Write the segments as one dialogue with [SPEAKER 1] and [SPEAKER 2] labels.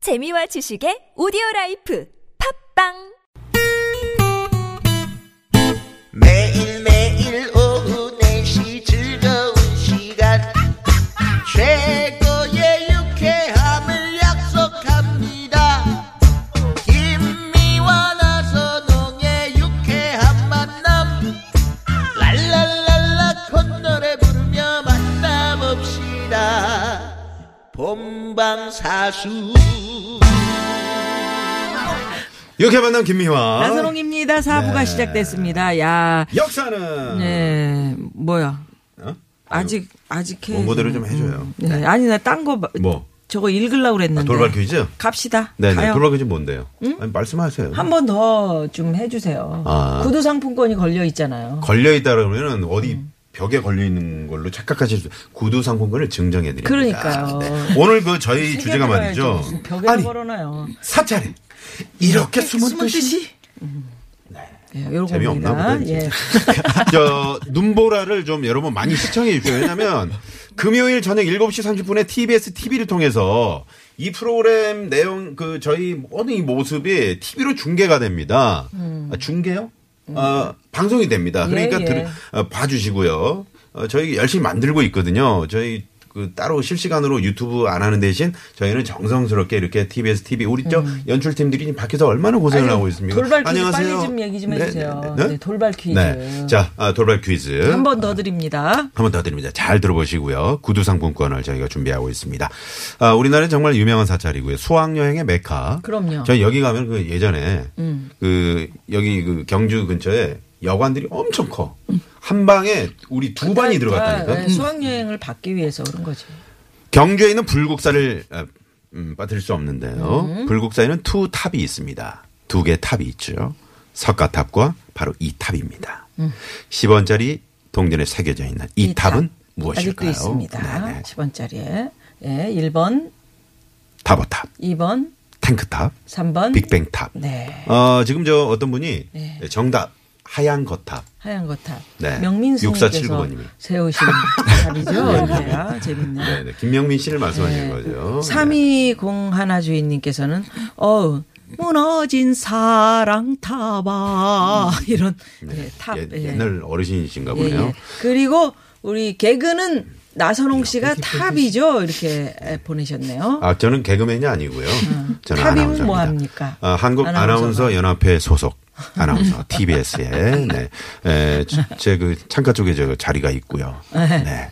[SPEAKER 1] 재미와 지식의 오디오 라이프 팝빵
[SPEAKER 2] 매일매일 오후 4시 즐거운 시간 최고의 유쾌함을 약속합니다 김미와 나선홍의 유쾌한 만남 랄랄랄라 콧노래 부르며 만나봅시다 본방사수
[SPEAKER 3] 이렇게 만난 김미화.
[SPEAKER 4] 나선홍입니다. 사부가
[SPEAKER 3] 네.
[SPEAKER 4] 시작됐습니다. 야,
[SPEAKER 3] 역사는
[SPEAKER 4] 네, 뭐야.
[SPEAKER 3] 어?
[SPEAKER 4] 아직, 아직 해.
[SPEAKER 3] 원고대로 좀 해줘요.
[SPEAKER 4] 네, 아니, 나 딴 거, 봐-
[SPEAKER 3] 뭐?
[SPEAKER 4] 저거 읽으려고 그랬는데.
[SPEAKER 3] 아, 돌발 퀴즈?
[SPEAKER 4] 갑시다.
[SPEAKER 3] 네, 네.
[SPEAKER 4] 가요.
[SPEAKER 3] 돌발 퀴즈 뭔데요? 아니, 말씀하세요.
[SPEAKER 4] 한 번 더 좀 해주세요.
[SPEAKER 3] 아.
[SPEAKER 4] 구두 상품권이 걸려 있잖아요.
[SPEAKER 3] 걸려있다 그러면은 어디
[SPEAKER 4] 음.
[SPEAKER 3] 벽에 걸려있는 걸로 착각하실 수 구두 상품권을 증정해드립니다.
[SPEAKER 4] 그러니까요.
[SPEAKER 3] 오늘 그 저희 주제가
[SPEAKER 4] 새겨들어야지.
[SPEAKER 3] 말이죠.
[SPEAKER 4] 무슨 벽에
[SPEAKER 3] 아니,
[SPEAKER 4] 걸어놔요.
[SPEAKER 3] 사찰에 이렇게 숨은 뜻이.
[SPEAKER 4] 네, 요런
[SPEAKER 3] 재미없나
[SPEAKER 4] 겁니다.
[SPEAKER 3] 보다,
[SPEAKER 4] 예.
[SPEAKER 3] 저, 눈보라를 좀 여러분 많이 시청해 주십시오. 왜냐면, 금요일 저녁 7시 30분에 TBS TV를 통해서 이 프로그램 내용, 그, 저희 모든 이 모습이 TV로 중계가 됩니다. 아, 중계요? 어, 방송이 됩니다. 그러니까
[SPEAKER 4] 음. 예, 예.
[SPEAKER 3] 들, 어, 봐주시고요. 어, 저희 열심히 만들고 있거든요. 저희 그 따로 실시간으로 유튜브 안 하는 대신 저희는 정성스럽게 이렇게 TBS TV 우리 저
[SPEAKER 4] 음.
[SPEAKER 3] 연출팀들이 지금 밖에서 얼마나 고생을 하고 있습니까?
[SPEAKER 4] 네. 돌발 퀴즈 빨리 좀 얘기 좀 해주세요. 네, 돌발 퀴즈.
[SPEAKER 3] 네. 자, 아, 돌발 퀴즈.
[SPEAKER 4] 한 번 더 드립니다.
[SPEAKER 3] 한 번 더 드립니다. 잘 들어보시고요. 구두 상품권을 저희가 준비하고 있습니다. 아, 우리나라는 정말 유명한 사찰이고요. 수학여행의 메카.
[SPEAKER 4] 그럼요. 음.
[SPEAKER 3] 저희 여기 가면 그 예전에 그 여기 그 경주 근처에 여관들이 엄청 커. 한 방에 우리 두 반이 들어갔다니까.
[SPEAKER 4] 아, 네, 수학여행을 받기 위해서 그런 거지.
[SPEAKER 3] 경주에 있는 불국사를 아, 음, 빠뜨릴 수 없는데요.
[SPEAKER 4] 네.
[SPEAKER 3] 불국사에는 투 탑이 있습니다. 두 개 탑이 있죠. 석가탑과 바로 이 탑입니다. 10원짜리 동전에 새겨져 있는 이,
[SPEAKER 4] 음. 이 탑.
[SPEAKER 3] 탑은 무엇일까요?
[SPEAKER 4] 아직도 있습니다.
[SPEAKER 3] 네네.
[SPEAKER 4] 10원짜리에. 예, 1번,
[SPEAKER 3] 타버탑,
[SPEAKER 4] 2번,
[SPEAKER 3] 탱크탑,
[SPEAKER 4] 3번.
[SPEAKER 3] 빅뱅탑.
[SPEAKER 4] 네.
[SPEAKER 3] 어, 지금 저 어떤 분이
[SPEAKER 4] 네.
[SPEAKER 3] 정답 하얀 거탑.
[SPEAKER 4] 하얀 거탑.
[SPEAKER 3] 네. 육사칠구
[SPEAKER 4] 명민수님께서
[SPEAKER 3] 번님이.
[SPEAKER 4] 세우신 탑이죠. 네. 아, 재밌네.
[SPEAKER 3] 네, 네. 김명민 씨를 말씀하시는
[SPEAKER 4] 네.
[SPEAKER 3] 거죠.
[SPEAKER 4] 320 하나 주인님께서는 어우 무너진 사랑 타봐 이런 네, 탑
[SPEAKER 3] 예,
[SPEAKER 4] 예.
[SPEAKER 3] 옛날 어르신이신가
[SPEAKER 4] 예,
[SPEAKER 3] 보네요.
[SPEAKER 4] 예. 그리고 우리 개그는 나선홍 씨가 탑이죠 이렇게 보내셨네요.
[SPEAKER 3] 아, 저는 개그맨이 아니고요. 저는
[SPEAKER 4] 탑이면
[SPEAKER 3] 아나운서입니다.
[SPEAKER 4] 뭐 합니까?
[SPEAKER 3] 아, 한국
[SPEAKER 4] 아나운서가.
[SPEAKER 3] 아나운서 연합회 소속 아나운서 TBS에 네. 에, 제 그 창가 쪽에 저 자리가 있고요. 네.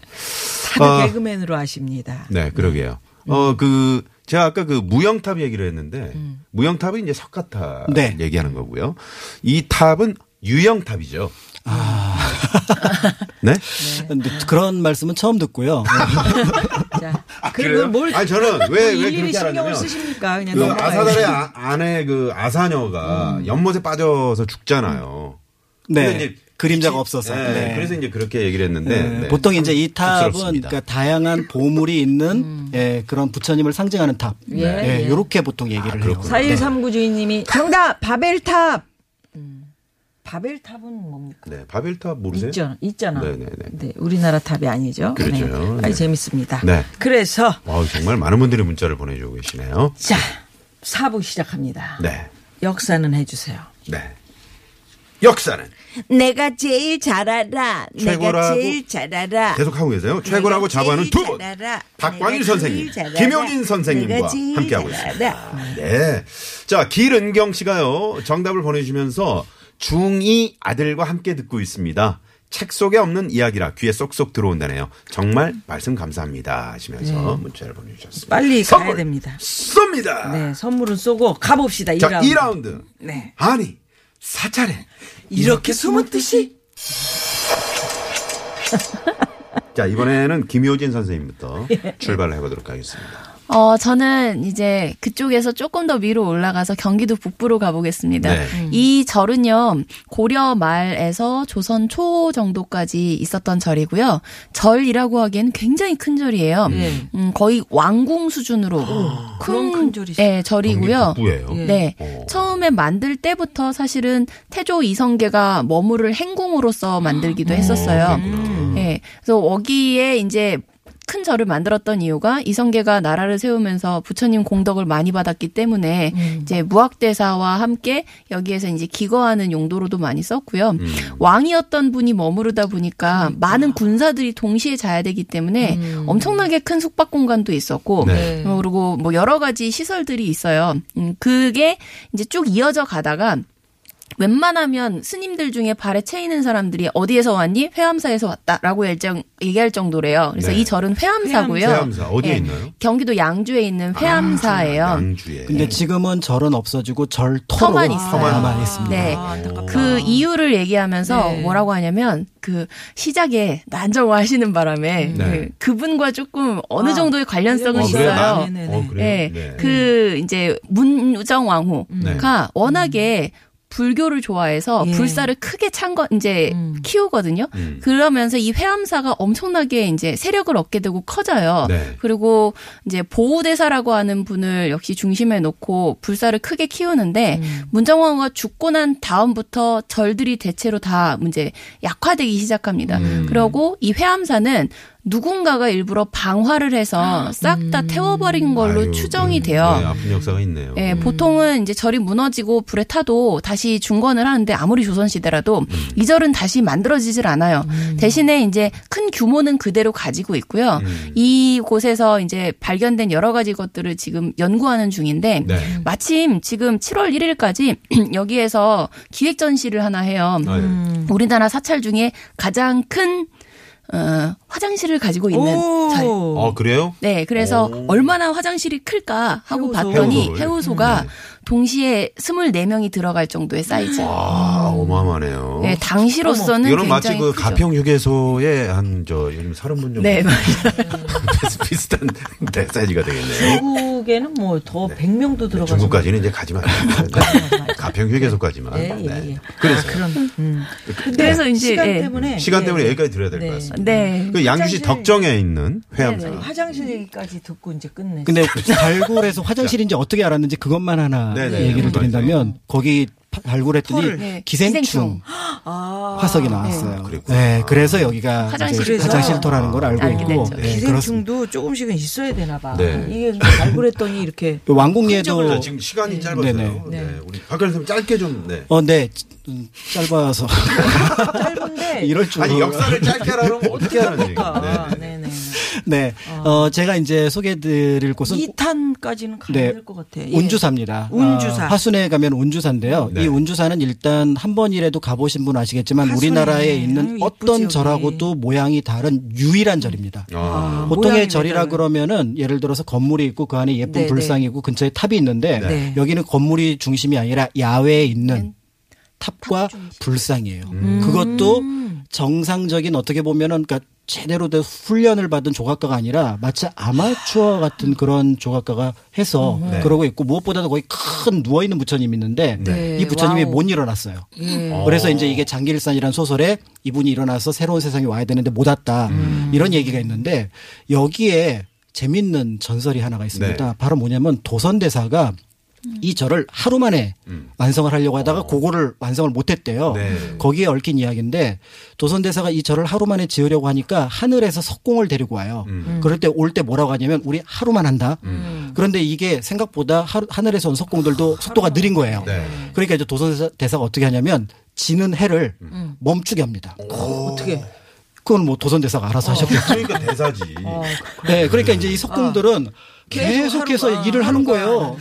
[SPEAKER 4] 다들
[SPEAKER 3] 아.
[SPEAKER 4] 개그맨으로 아십니다.
[SPEAKER 3] 네, 그러게요. 어, 그, 제가 아까 그 무영탑 얘기를 했는데,
[SPEAKER 4] 음.
[SPEAKER 3] 무영탑은 이제 석가탑
[SPEAKER 5] 네.
[SPEAKER 3] 얘기하는 거고요. 이 탑은 유영탑이죠. 네?
[SPEAKER 5] 근데 그런 말씀은 처음 듣고요.
[SPEAKER 4] 자, 그리고 뭘
[SPEAKER 3] 아니, 저는 왜, 왜
[SPEAKER 4] 일일이
[SPEAKER 3] 그렇게
[SPEAKER 4] 신경을
[SPEAKER 3] 하냐면,
[SPEAKER 4] 쓰십니까? 그냥
[SPEAKER 3] 그
[SPEAKER 4] 넘어가요. 음.
[SPEAKER 3] 아사달의 아- 아내 그 아사녀가 연못에 빠져서 죽잖아요.
[SPEAKER 5] 네.
[SPEAKER 3] 근데 이제
[SPEAKER 5] 그림자가
[SPEAKER 3] 이-
[SPEAKER 5] 없어서.
[SPEAKER 3] 네,
[SPEAKER 5] 네.
[SPEAKER 3] 그래서 이제 그렇게 얘기를 했는데
[SPEAKER 5] 네.
[SPEAKER 3] 네.
[SPEAKER 5] 보통 이제 이 탑은
[SPEAKER 3] 쑥스럽습니다.
[SPEAKER 5] 그러니까 다양한 보물이 있는 예, 그런 부처님을 상징하는 탑. 네.
[SPEAKER 4] 예, 예.
[SPEAKER 5] 요렇게 보통 얘기를 해요.
[SPEAKER 3] 아,
[SPEAKER 5] 네.
[SPEAKER 3] 그렇구나.
[SPEAKER 4] 4139 주인님이 정답 바벨탑. 음, 바벨탑은 뭡니까?
[SPEAKER 3] 네, 바벨탑 모르세요?
[SPEAKER 4] 있잖아. 있잖아.
[SPEAKER 3] 네네네.
[SPEAKER 4] 네, 우리나라 탑이 아니죠.
[SPEAKER 3] 그렇죠.
[SPEAKER 4] 네. 아니
[SPEAKER 3] 네.
[SPEAKER 4] 재밌습니다.
[SPEAKER 3] 네.
[SPEAKER 4] 그래서
[SPEAKER 3] 아, 정말 많은 분들이 문자를 보내주고 계시네요.
[SPEAKER 4] 자, 사부 시작합니다.
[SPEAKER 3] 네,
[SPEAKER 4] 역사는 해 주세요.
[SPEAKER 3] 네. 역사는
[SPEAKER 6] 내가 제일 잘 알아.
[SPEAKER 3] 최고라고
[SPEAKER 6] 내가 제일 잘 알아.
[SPEAKER 3] 계속 하고 계세요. 최고라고
[SPEAKER 6] 내가
[SPEAKER 3] 자부하는
[SPEAKER 6] 제일
[SPEAKER 3] 두 분,
[SPEAKER 6] 잘 알아.
[SPEAKER 3] 박광일
[SPEAKER 6] 내가
[SPEAKER 3] 선생님,
[SPEAKER 6] 제일 잘 알아.
[SPEAKER 3] 김용진 선생님과
[SPEAKER 6] 내가 제일
[SPEAKER 3] 함께 하고
[SPEAKER 6] 잘
[SPEAKER 3] 있습니다.
[SPEAKER 6] 알아.
[SPEAKER 3] 네, 자 길은경 씨가요 정답을 보내주시면서 중2 아들과 함께 듣고 있습니다. 책 속에 없는 이야기라 귀에 쏙쏙 들어온다네요. 정말 말씀 감사합니다 하시면서 문자를 보내주셨습니다.
[SPEAKER 4] 네. 빨리
[SPEAKER 3] 선물
[SPEAKER 4] 가야 됩니다.
[SPEAKER 3] 쏩니다.
[SPEAKER 4] 네, 선물은 쏘고 가 봅시다.
[SPEAKER 3] 자,
[SPEAKER 4] 2라운드.
[SPEAKER 3] 2라운드.
[SPEAKER 4] 네.
[SPEAKER 3] 아니, 사찰에
[SPEAKER 4] 이렇게 숨은 뜻이
[SPEAKER 3] 자, 이번에는 김효진 선생님부터 출발을 해보도록 하겠습니다.
[SPEAKER 7] 어, 저는 이제 그쪽에서 조금 더 위로 올라가서 경기도 북부로 가보겠습니다.
[SPEAKER 3] 네.
[SPEAKER 4] 음.
[SPEAKER 7] 이 절은요, 고려 말에서 조선 초 정도까지 있었던 절이고요. 절이라고 하기엔 굉장히 큰 절이에요.
[SPEAKER 4] 네.
[SPEAKER 7] 음, 거의 왕궁 수준으로
[SPEAKER 4] 그런 큰 절이시죠.
[SPEAKER 7] 예, 절이고요.
[SPEAKER 3] 북부예요.
[SPEAKER 7] 네.
[SPEAKER 3] 어.
[SPEAKER 7] 처음에 만들 때부터 사실은 태조 이성계가
[SPEAKER 3] 음.
[SPEAKER 7] 머무를 행궁으로서 만들기도 했었어요.
[SPEAKER 3] 그랬구나.
[SPEAKER 7] 예. 그래서 여기에 이제 큰 절을 만들었던 이유가 이성계가 나라를 세우면서 부처님 공덕을 많이 받았기 때문에 이제 무학대사와 함께 여기에서 이제 기거하는 용도로도 많이 썼고요. 왕이었던 분이 머무르다 보니까 많은 군사들이 동시에 자야 되기 때문에 엄청나게 큰 숙박 공간도 있었고
[SPEAKER 3] 네.
[SPEAKER 7] 어, 그리고 뭐 여러 가지 시설들이 있어요. 음, 그게 이제 쭉 이어져 가다가 웬만하면 스님들 중에 발에 채이는 사람들이 어디에서 왔니? 회암사에서 왔다라고 일정- 얘기할 정도래요. 그래서
[SPEAKER 3] 네.
[SPEAKER 7] 이 절은 회암사고요.
[SPEAKER 3] 회암사 어디에
[SPEAKER 7] 예.
[SPEAKER 3] 있나요? 아,
[SPEAKER 7] 경기도 양주에 있는 회암사예요.
[SPEAKER 3] 양주에. 어,
[SPEAKER 5] 근데 지금은 절은 없어지고 절터로
[SPEAKER 7] 터만 있어요.
[SPEAKER 5] 남아 있습니다.
[SPEAKER 7] 네.
[SPEAKER 4] 아, 안타깝다.
[SPEAKER 7] 그 이유를 얘기하면서
[SPEAKER 4] 네.
[SPEAKER 7] 뭐라고 하냐면 그 시작에 난정을 하시는 바람에
[SPEAKER 3] 네.
[SPEAKER 7] 그, 분과 조금 어느
[SPEAKER 4] 아,
[SPEAKER 7] 정도의 관련성은
[SPEAKER 3] 어,
[SPEAKER 4] 관련성이
[SPEAKER 3] 그래요?
[SPEAKER 7] 있어요.
[SPEAKER 3] 나-
[SPEAKER 4] 네네네.
[SPEAKER 3] 어, 그래요?
[SPEAKER 7] 예.
[SPEAKER 3] 네.
[SPEAKER 7] 그 이제 문정 왕후가
[SPEAKER 3] 네.
[SPEAKER 7] 워낙에 불교를 좋아해서
[SPEAKER 4] 예.
[SPEAKER 7] 불사를 크게 찬거 이제
[SPEAKER 4] 음.
[SPEAKER 7] 키우거든요.
[SPEAKER 3] 음.
[SPEAKER 7] 그러면서 이 회암사가 엄청나게 이제 세력을 얻게 되고 커져요.
[SPEAKER 3] 네.
[SPEAKER 7] 그리고 이제 보우대사라고 하는 분을 역시 중심에 놓고 불사를 크게 키우는데
[SPEAKER 4] 음.
[SPEAKER 7] 문정왕후가 죽고 난 다음부터 절들이 대체로 다 이제 약화되기 시작합니다.
[SPEAKER 3] 음.
[SPEAKER 7] 그러고 이 회암사는 누군가가 일부러 방화를
[SPEAKER 4] 아.
[SPEAKER 7] 해서 싹 다
[SPEAKER 4] 음.
[SPEAKER 7] 태워버린 걸로
[SPEAKER 3] 아유,
[SPEAKER 7] 추정이
[SPEAKER 3] 네.
[SPEAKER 7] 돼요.
[SPEAKER 3] 네, 아픈 역사가 있네요.
[SPEAKER 7] 예, 보통은 이제 절이 무너지고 불에 타도 다시 중건을 하는데 아무리 조선시대라도
[SPEAKER 3] 음.
[SPEAKER 7] 이 절은 다시 만들어지질 않아요. 대신에 이제 큰 규모는 그대로 가지고 있고요.
[SPEAKER 3] 음.
[SPEAKER 7] 이곳에서 이제 발견된 여러 가지 것들을 지금 연구하는 중인데
[SPEAKER 3] 네.
[SPEAKER 7] 마침 지금 7월 1일까지 여기에서 기획 전시를 하나 해요.
[SPEAKER 3] 아, 네.
[SPEAKER 7] 우리나라 사찰 중에 가장 큰 어, 화장실을 가지고 있는 절.
[SPEAKER 3] 어, 그래요?
[SPEAKER 7] 네, 그래서
[SPEAKER 3] 오.
[SPEAKER 7] 얼마나 화장실이 클까 하고
[SPEAKER 4] 해우소.
[SPEAKER 7] 봤더니
[SPEAKER 3] 해우소를.
[SPEAKER 7] 해우소가
[SPEAKER 3] 네.
[SPEAKER 7] 동시에 24명이 들어갈 정도의 사이즈.
[SPEAKER 3] 와, 아, 어마어마하네요.
[SPEAKER 7] 네, 당시로서는
[SPEAKER 3] 이거는
[SPEAKER 7] 굉장히
[SPEAKER 3] 마치 그
[SPEAKER 7] 크죠.
[SPEAKER 3] 가평 휴게소의 한저 사람분 정도
[SPEAKER 7] 네,
[SPEAKER 3] 비슷한 네, 사이즈가 되겠네요.
[SPEAKER 4] 중국에는 뭐 더 100명도
[SPEAKER 3] 네,
[SPEAKER 4] 들어가서
[SPEAKER 3] 중국까지는 이제 가지 말고 네. 가평 휴게소까지만.
[SPEAKER 4] 예, 예,
[SPEAKER 3] 네.
[SPEAKER 4] 예.
[SPEAKER 3] 그래서
[SPEAKER 4] 아, 그럼 음. 근데
[SPEAKER 7] 그래서 이제,
[SPEAKER 4] 시간
[SPEAKER 7] 예.
[SPEAKER 4] 때문에
[SPEAKER 3] 네, 시간
[SPEAKER 4] 예.
[SPEAKER 3] 때문에 여기까지 들어야 될 것
[SPEAKER 4] 네.
[SPEAKER 3] 같습니다.
[SPEAKER 7] 네.
[SPEAKER 3] 그 양주시
[SPEAKER 4] 화장실-
[SPEAKER 3] 덕정에 있는 회암사.
[SPEAKER 4] 네, 화장실 얘기까지 듣고 이제 끝내.
[SPEAKER 5] 근데 달굴에서 화장실인지 어떻게 알았는지 그것만 하나
[SPEAKER 3] 네네,
[SPEAKER 5] 얘기를
[SPEAKER 3] 그것만
[SPEAKER 5] 드린다면 거기 파-
[SPEAKER 4] 털을.
[SPEAKER 5] 달굴했더니
[SPEAKER 7] 네. 기생충.
[SPEAKER 5] 기생충
[SPEAKER 4] 아,
[SPEAKER 5] 화석이 나왔어요. 네,
[SPEAKER 3] 그랬구나.
[SPEAKER 5] 그래서 여기가
[SPEAKER 7] 화장실이
[SPEAKER 5] 이제 화장실터라는 걸 알고
[SPEAKER 7] 알게
[SPEAKER 5] 있고
[SPEAKER 7] 됐죠.
[SPEAKER 5] 네, 그렇습니다.
[SPEAKER 4] 기생충도 조금씩은 있어야 되나 봐.
[SPEAKER 3] 네.
[SPEAKER 4] 이게 발굴했더니 이렇게
[SPEAKER 3] 자,
[SPEAKER 5] 왕궁리에도
[SPEAKER 3] 지금 시간이 짧아서요.
[SPEAKER 5] 네네.
[SPEAKER 3] 네. 우리 박근혜 선생님 짧게 좀. 네.
[SPEAKER 5] 어, 네 음, 짧아서
[SPEAKER 4] 짧은데
[SPEAKER 5] 이럴 줄
[SPEAKER 3] 아니 역사를 짧게 하라면 어떻게 하는 얘기인데.
[SPEAKER 4] 아, 네네.
[SPEAKER 5] 네, 어, 제가 이제 소개해드릴 곳은
[SPEAKER 4] 2탄까지는 가야
[SPEAKER 5] 네.
[SPEAKER 4] 될 것 같아. 예.
[SPEAKER 5] 온주사입니다.
[SPEAKER 4] 온주사.
[SPEAKER 5] 아, 화순에 가면 온주사인데요.
[SPEAKER 3] 네.
[SPEAKER 5] 이 온주사는 일단 한 번이라도 가보신 분 아시겠지만
[SPEAKER 4] 화순이네.
[SPEAKER 5] 우리나라에
[SPEAKER 4] 아유,
[SPEAKER 5] 있는
[SPEAKER 4] 이쁘지,
[SPEAKER 5] 어떤
[SPEAKER 4] 여기.
[SPEAKER 5] 절하고도 모양이 다른 유일한 절입니다.
[SPEAKER 3] 아,
[SPEAKER 5] 보통의
[SPEAKER 4] 모양이
[SPEAKER 5] 절이라
[SPEAKER 4] 다른.
[SPEAKER 5] 그러면은 예를 들어서 건물이 있고 그 안에 예쁜
[SPEAKER 4] 네,
[SPEAKER 5] 불상이 있고 근처에 탑이 있는데
[SPEAKER 4] 네.
[SPEAKER 5] 여기는 건물이 중심이 아니라 야외에 있는 탑과 불상이에요.
[SPEAKER 3] 음.
[SPEAKER 5] 그것도 정상적인 어떻게 보면은 그러니까 제대로 된 훈련을 받은 조각가가 아니라 마치 아마추어 같은 그런 조각가가 해서
[SPEAKER 3] 네.
[SPEAKER 5] 그러고 있고 무엇보다도 거기 큰 누워 있는 부처님이 있는데
[SPEAKER 3] 네.
[SPEAKER 5] 이 부처님이
[SPEAKER 4] 와우.
[SPEAKER 5] 못 일어났어요.
[SPEAKER 3] 어.
[SPEAKER 5] 그래서 이제 이게 장길산이라는 소설에 이분이 일어나서 새로운 세상에 와야 되는데 못 왔다
[SPEAKER 3] 음.
[SPEAKER 5] 이런 얘기가 있는데 여기에 재밌는 전설이 하나가 있습니다.
[SPEAKER 3] 네.
[SPEAKER 5] 바로 뭐냐면 도선대사가 음. 이 절을 하루 만에 완성을 하려고 하다가 그거를 완성을 못했대요.
[SPEAKER 3] 음. 어. 네.
[SPEAKER 5] 거기에 얽힌 이야기인데 도선대사가 이 절을 하루 만에 지으려고 하니까 하늘에서 석공을 데리고 와요.
[SPEAKER 3] 음.
[SPEAKER 5] 그럴 때 올 때 뭐라고 하냐면 우리 하루만 한다. 그런데 이게 생각보다 하루- 하늘에서 온 석공들도 속도가 느린 거예요.
[SPEAKER 3] 네.
[SPEAKER 5] 그러니까 이제 도선대사가 어떻게 하냐면 지는 해를
[SPEAKER 3] 음.
[SPEAKER 5] 멈추게 합니다.
[SPEAKER 4] 어떻게?
[SPEAKER 5] 그건 뭐 도선대사가 알아서 하셨겠죠.
[SPEAKER 3] 그러니까 대사지.
[SPEAKER 4] 어.
[SPEAKER 5] 네, 그러니까 이제 이 석공들은
[SPEAKER 4] 계속 아,
[SPEAKER 5] 계속해서
[SPEAKER 4] 하루가,
[SPEAKER 5] 일을 하는
[SPEAKER 4] 하루가.
[SPEAKER 5] 거예요.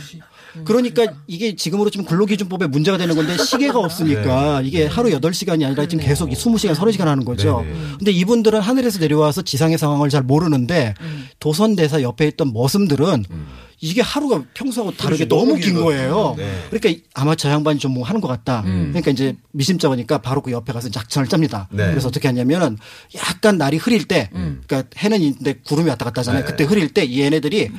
[SPEAKER 5] 그러니까 이게 지금으로 치면 근로기준법에 문제가 되는 건데 시계가 없으니까
[SPEAKER 3] 네.
[SPEAKER 5] 이게 하루 8시간이 아니라 지금 계속
[SPEAKER 4] 네.
[SPEAKER 5] 이 20시간, 30시간 하는 거죠.
[SPEAKER 3] 네네.
[SPEAKER 5] 근데 이분들은 하늘에서 내려와서 지상의 상황을 잘 모르는데
[SPEAKER 4] 음.
[SPEAKER 5] 도선대사 옆에 있던 머슴들은 이게 하루가 평소하고 다르게
[SPEAKER 3] 음. 그렇지,
[SPEAKER 5] 너무
[SPEAKER 3] 너무
[SPEAKER 5] 긴
[SPEAKER 3] 긴
[SPEAKER 5] 거예요.
[SPEAKER 3] 거죠. 네. 음.
[SPEAKER 5] 그러니까 이- 아마 저 양반이 좀 뭐 하는 것 같다. 그러니까 이제 미심쩍으니까 바로 그 옆에 가서 작전을 짭니다.
[SPEAKER 3] 네. 음.
[SPEAKER 5] 그래서 어떻게 하냐면은 약간 날이 흐릴 때, 그러니까 해는 있는데 구름이 왔다 갔다 하잖아요.
[SPEAKER 3] 네.
[SPEAKER 5] 그때 흐릴 때 이 얘네들이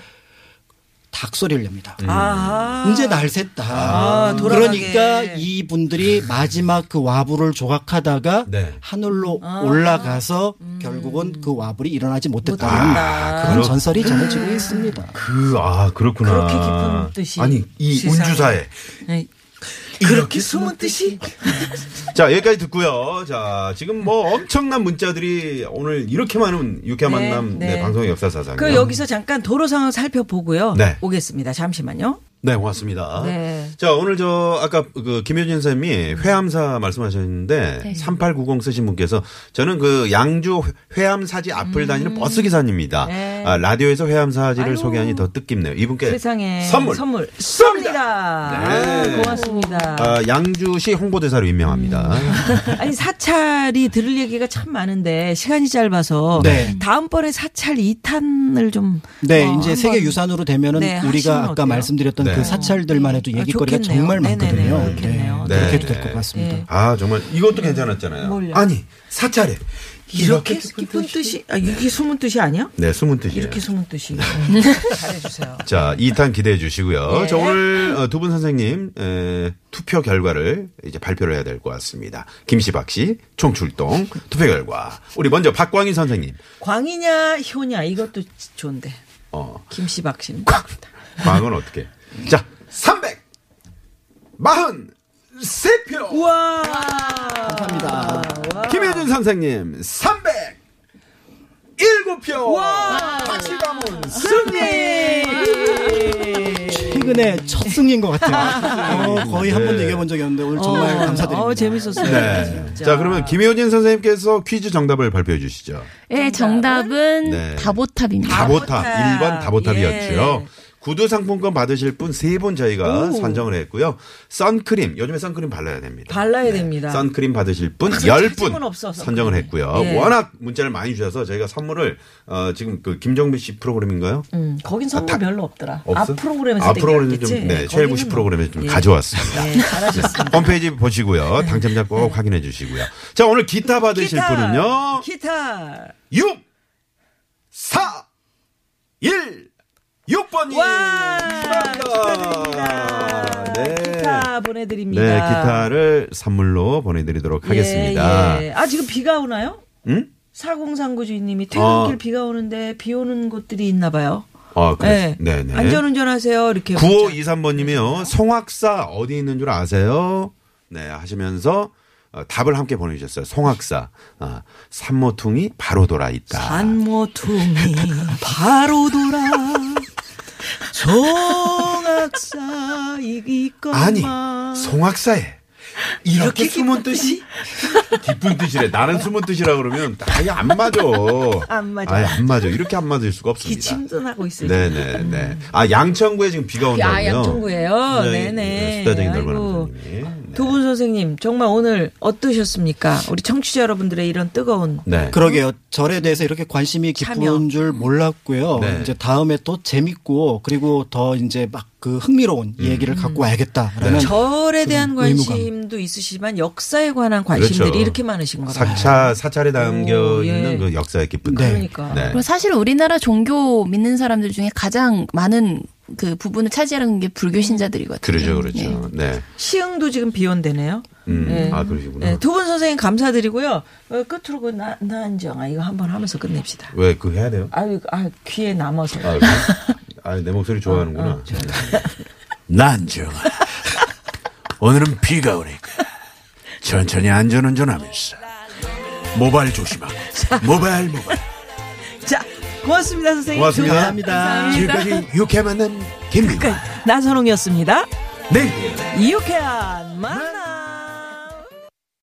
[SPEAKER 5] 닭 소리를 냅니다.
[SPEAKER 3] 음.
[SPEAKER 4] 아,
[SPEAKER 5] 이제 날 샜다.
[SPEAKER 4] 아, 돌아가게.
[SPEAKER 5] 그러니까 이분들이 마지막 그 와불을 조각하다가
[SPEAKER 3] 네.
[SPEAKER 5] 하늘로
[SPEAKER 4] 아.
[SPEAKER 5] 올라가서 결국은 그 와불이 일어나지 못했다는
[SPEAKER 4] 음. 못했다. 음.
[SPEAKER 5] 그런
[SPEAKER 3] 그렇-
[SPEAKER 5] 전설이 전해지고 있습니다.
[SPEAKER 3] 그, 아, 그렇구나.
[SPEAKER 4] 그렇게 깊은 뜻이
[SPEAKER 3] 아니, 이
[SPEAKER 4] 세상에.
[SPEAKER 3] 운주사에
[SPEAKER 4] 네.
[SPEAKER 3] 그렇게
[SPEAKER 2] 숨은 뜻이
[SPEAKER 3] 자, 여기까지 듣고요. 자, 지금 뭐 엄청난 문자들이 오늘 이렇게 많은 유쾌한
[SPEAKER 4] 네,
[SPEAKER 3] 만남 네,
[SPEAKER 4] 네.
[SPEAKER 3] 방송의 역사사상.
[SPEAKER 4] 그 여기서 잠깐 도로 상황 살펴보고요.
[SPEAKER 3] 네.
[SPEAKER 4] 오겠습니다. 잠시만요.
[SPEAKER 3] 네, 고맙습니다.
[SPEAKER 4] 네.
[SPEAKER 3] 자, 오늘 저 아까 그 김효진 선생님이 회암사 말씀하셨는데
[SPEAKER 4] 네.
[SPEAKER 3] 3890 쓰신 분께서 저는 그 양주 회암사지 앞을 다니는 버스 기사입니다.
[SPEAKER 4] 음. 네.
[SPEAKER 3] 아, 라디오에서 회암사지를
[SPEAKER 4] 아유.
[SPEAKER 3] 소개하니 더 뜻깊네요. 이분께
[SPEAKER 4] 세상에
[SPEAKER 3] 예. 선물.
[SPEAKER 4] 선물
[SPEAKER 3] 쏩니다.
[SPEAKER 4] 쏩니다. 아,
[SPEAKER 3] 네.
[SPEAKER 4] 고맙습니다.
[SPEAKER 3] 아, 양주시 홍보대사로 임명합니다.
[SPEAKER 4] 아니 사찰이 들을 얘기가 참 많은데 시간이 짧아서
[SPEAKER 5] 네.
[SPEAKER 4] 다음번에 사찰 2탄을 좀 어,
[SPEAKER 5] 네, 이제
[SPEAKER 4] 한번
[SPEAKER 5] 세계 유산으로 되면은
[SPEAKER 4] 네,
[SPEAKER 5] 우리가
[SPEAKER 4] 하시면
[SPEAKER 5] 아까
[SPEAKER 4] 어때요?
[SPEAKER 5] 말씀드렸던
[SPEAKER 3] 네.
[SPEAKER 5] 그 사찰들만 해도
[SPEAKER 4] 아,
[SPEAKER 5] 얘기거리가
[SPEAKER 4] 좋겠네요.
[SPEAKER 5] 정말
[SPEAKER 4] 네네네,
[SPEAKER 5] 많거든요.
[SPEAKER 4] 그렇겠네요.
[SPEAKER 5] 네,
[SPEAKER 3] 네.
[SPEAKER 5] 그렇게 도 될 것 같습니다.
[SPEAKER 4] 네.
[SPEAKER 3] 아, 정말 이것도 괜찮았잖아요.
[SPEAKER 4] 뭘요?
[SPEAKER 3] 아니, 사찰에
[SPEAKER 4] 이렇게 깊은 뜻이 아 이게 숨은 뜻이 아니야?
[SPEAKER 3] 네, 숨은 뜻이에요.
[SPEAKER 4] 이렇게 숨은 뜻이 음. 잘해 주세요.
[SPEAKER 3] 자, 2탄 기대해 주시고요.
[SPEAKER 4] 예.
[SPEAKER 3] 자, 오늘 어, 두 분 선생님 에, 투표 결과를 이제 발표를 해야 될 것 같습니다. 김시박 씨 총출동 투표 결과. 우리 먼저 박광희 선생님.
[SPEAKER 4] 광이냐 효냐 이것도 좋은데
[SPEAKER 3] 어,
[SPEAKER 4] 김씨박 씨는
[SPEAKER 3] 광은 어떻게? 자, 300 마흔 세 표.
[SPEAKER 4] 우와
[SPEAKER 5] 감사합니다.
[SPEAKER 3] 김혜준 선생님 300 일곱 표. 같이 가문
[SPEAKER 5] 최근에 첫 승리인 것 같아요. 어, 거의 한 번도 이겨본 적이 없는데 오늘 정말 감사드립니다.
[SPEAKER 4] 네. 어, 재밌었어요.
[SPEAKER 3] 네. 자, 그러면 김효진 선생님께서 퀴즈 정답을 발표해 주시죠.
[SPEAKER 7] 네, 정답은
[SPEAKER 3] 네.
[SPEAKER 7] 다보탑입니다.
[SPEAKER 3] 다보탑.
[SPEAKER 4] 다보탑.
[SPEAKER 3] 1번 다보탑이었죠.
[SPEAKER 4] 예.
[SPEAKER 3] 구두 상품권 받으실 분 세 분 저희가 선정을 했고요. 선크림, 요즘에 선크림 발라야 됩니다.
[SPEAKER 4] 발라야 됩니다.
[SPEAKER 3] 선크림 받으실 분
[SPEAKER 4] 그래서 찾으면
[SPEAKER 3] 10분
[SPEAKER 4] 없어,
[SPEAKER 3] 선정을
[SPEAKER 4] 선크림.
[SPEAKER 3] 했고요.
[SPEAKER 4] 예.
[SPEAKER 3] 워낙 문자를 많이 주셔서 저희가 선물을 어, 지금 그 김정민 씨 프로그램인가요?
[SPEAKER 4] 음, 거긴
[SPEAKER 3] 아,
[SPEAKER 4] 선물
[SPEAKER 3] 다-
[SPEAKER 4] 별로 없더라.
[SPEAKER 3] 없어?
[SPEAKER 4] 앞 프로그램에서
[SPEAKER 3] 앞 프로그램
[SPEAKER 4] 땡겼겠지?
[SPEAKER 3] 좀, 네,
[SPEAKER 4] 거기는
[SPEAKER 3] 최일구 씨
[SPEAKER 4] 뭐-
[SPEAKER 3] 프로그램에 좀
[SPEAKER 4] 예.
[SPEAKER 3] 가져왔습니다.
[SPEAKER 4] 네, 잘하셨습니다. 네.
[SPEAKER 3] 홈페이지 보시고요. 당첨자 꼭 확인해 주시고요. 자, 오늘 기타 받으실
[SPEAKER 4] 기타,
[SPEAKER 3] 분은요.
[SPEAKER 4] 기타.
[SPEAKER 3] 6 4 1 6번이
[SPEAKER 4] 와!
[SPEAKER 3] 축하합니다. 네.
[SPEAKER 4] 기타 보내드립니다.
[SPEAKER 3] 네, 기타를 선물로 보내드리도록 하겠습니다.
[SPEAKER 4] 예, 예. 아, 지금 비가 오나요?
[SPEAKER 3] 응?
[SPEAKER 4] 4039 주인님이
[SPEAKER 3] 아.
[SPEAKER 4] 퇴근길 비가 오는데 비 오는 곳들이 있나 봐요.
[SPEAKER 3] 아, 그래.
[SPEAKER 4] 네.
[SPEAKER 3] 네, 네.
[SPEAKER 4] 안전운전하세요. 이렇게.
[SPEAKER 3] 9523번님이요. 송학사 어디 있는 줄 아세요? 네, 하시면서 어, 답을 함께 보내주셨어요. 송학사. 아, 산모퉁이 바로 돌아있다.
[SPEAKER 4] 안모퉁이 바로 돌아. 송악사 이기껏
[SPEAKER 3] 아니, 송학사에 이렇게 숨은 뜻이? 깊은 뜻이래. 나는 숨은 뜻이라 그러면 아예 안 맞아.
[SPEAKER 4] 안 맞아.
[SPEAKER 3] 아예 안 맞아. 이렇게 안 맞을 수가 없습니다.
[SPEAKER 4] 기침도 나고 있어요.
[SPEAKER 3] 네네네. 아, 양천구에 지금 비가 온다고요?
[SPEAKER 4] 야, 양천구예요. 네, 네.
[SPEAKER 3] 수다쟁이 넓은
[SPEAKER 4] 아이고.
[SPEAKER 3] 남자님이. 네.
[SPEAKER 4] 두 분 선생님 정말 오늘 어떠셨습니까? 우리 청취자 여러분들의 이런 뜨거운
[SPEAKER 3] 네.
[SPEAKER 5] 그러게요. 절에 대해서 이렇게 관심이 깊은
[SPEAKER 4] 참여.
[SPEAKER 5] 줄 몰랐고요.
[SPEAKER 3] 네.
[SPEAKER 5] 이제 다음에 또 재밌고 그리고 더 이제 막 그 흥미로운
[SPEAKER 4] 음.
[SPEAKER 5] 얘기를 갖고 와야겠다라는
[SPEAKER 4] 네. 절에 대한
[SPEAKER 5] 그런 의무감.
[SPEAKER 4] 관심도 있으시지만 역사에 관한 관심들이
[SPEAKER 3] 그렇죠.
[SPEAKER 4] 이렇게 많으신 거예요.
[SPEAKER 3] 사찰, 사찰에 담겨
[SPEAKER 4] 오, 예.
[SPEAKER 3] 있는 그 역사의 깊은
[SPEAKER 5] 네.
[SPEAKER 4] 그러니까.
[SPEAKER 3] 네.
[SPEAKER 7] 그리고 사실 우리나라 종교 믿는 사람들 중에 가장 많은 그 부분을 차지하는 게 불교 신자들이거든요.
[SPEAKER 3] 그러죠,
[SPEAKER 7] 네.
[SPEAKER 3] 그렇죠. 네.
[SPEAKER 4] 시흥도 지금 비온되네요.
[SPEAKER 3] 음.
[SPEAKER 4] 네.
[SPEAKER 3] 아, 그러시구나.
[SPEAKER 4] 네, 두 분 선생님 감사드리고요. 어, 끝으로 그 나, 나은정아 이거 한번 하면서 끝냅시다.
[SPEAKER 3] 왜, 그거 해야 돼요?
[SPEAKER 4] 아유, 아, 귀에 남아서.
[SPEAKER 3] 아, 그래? 아, 내 목소리
[SPEAKER 4] 어,
[SPEAKER 3] 좋아하는구나.
[SPEAKER 8] 네. 난정아. 오늘은 비가 오니까 천천히 안전운전하면서 모발 조심하고 모발 모발.
[SPEAKER 4] 자, 고맙습니다, 선생님.
[SPEAKER 3] 고맙습니다.
[SPEAKER 4] 감사합니다.
[SPEAKER 8] 지금까지 유쾌한 만남 김민호.
[SPEAKER 4] 나선홍이었습니다.
[SPEAKER 8] 내일.
[SPEAKER 4] 이유쾌한 만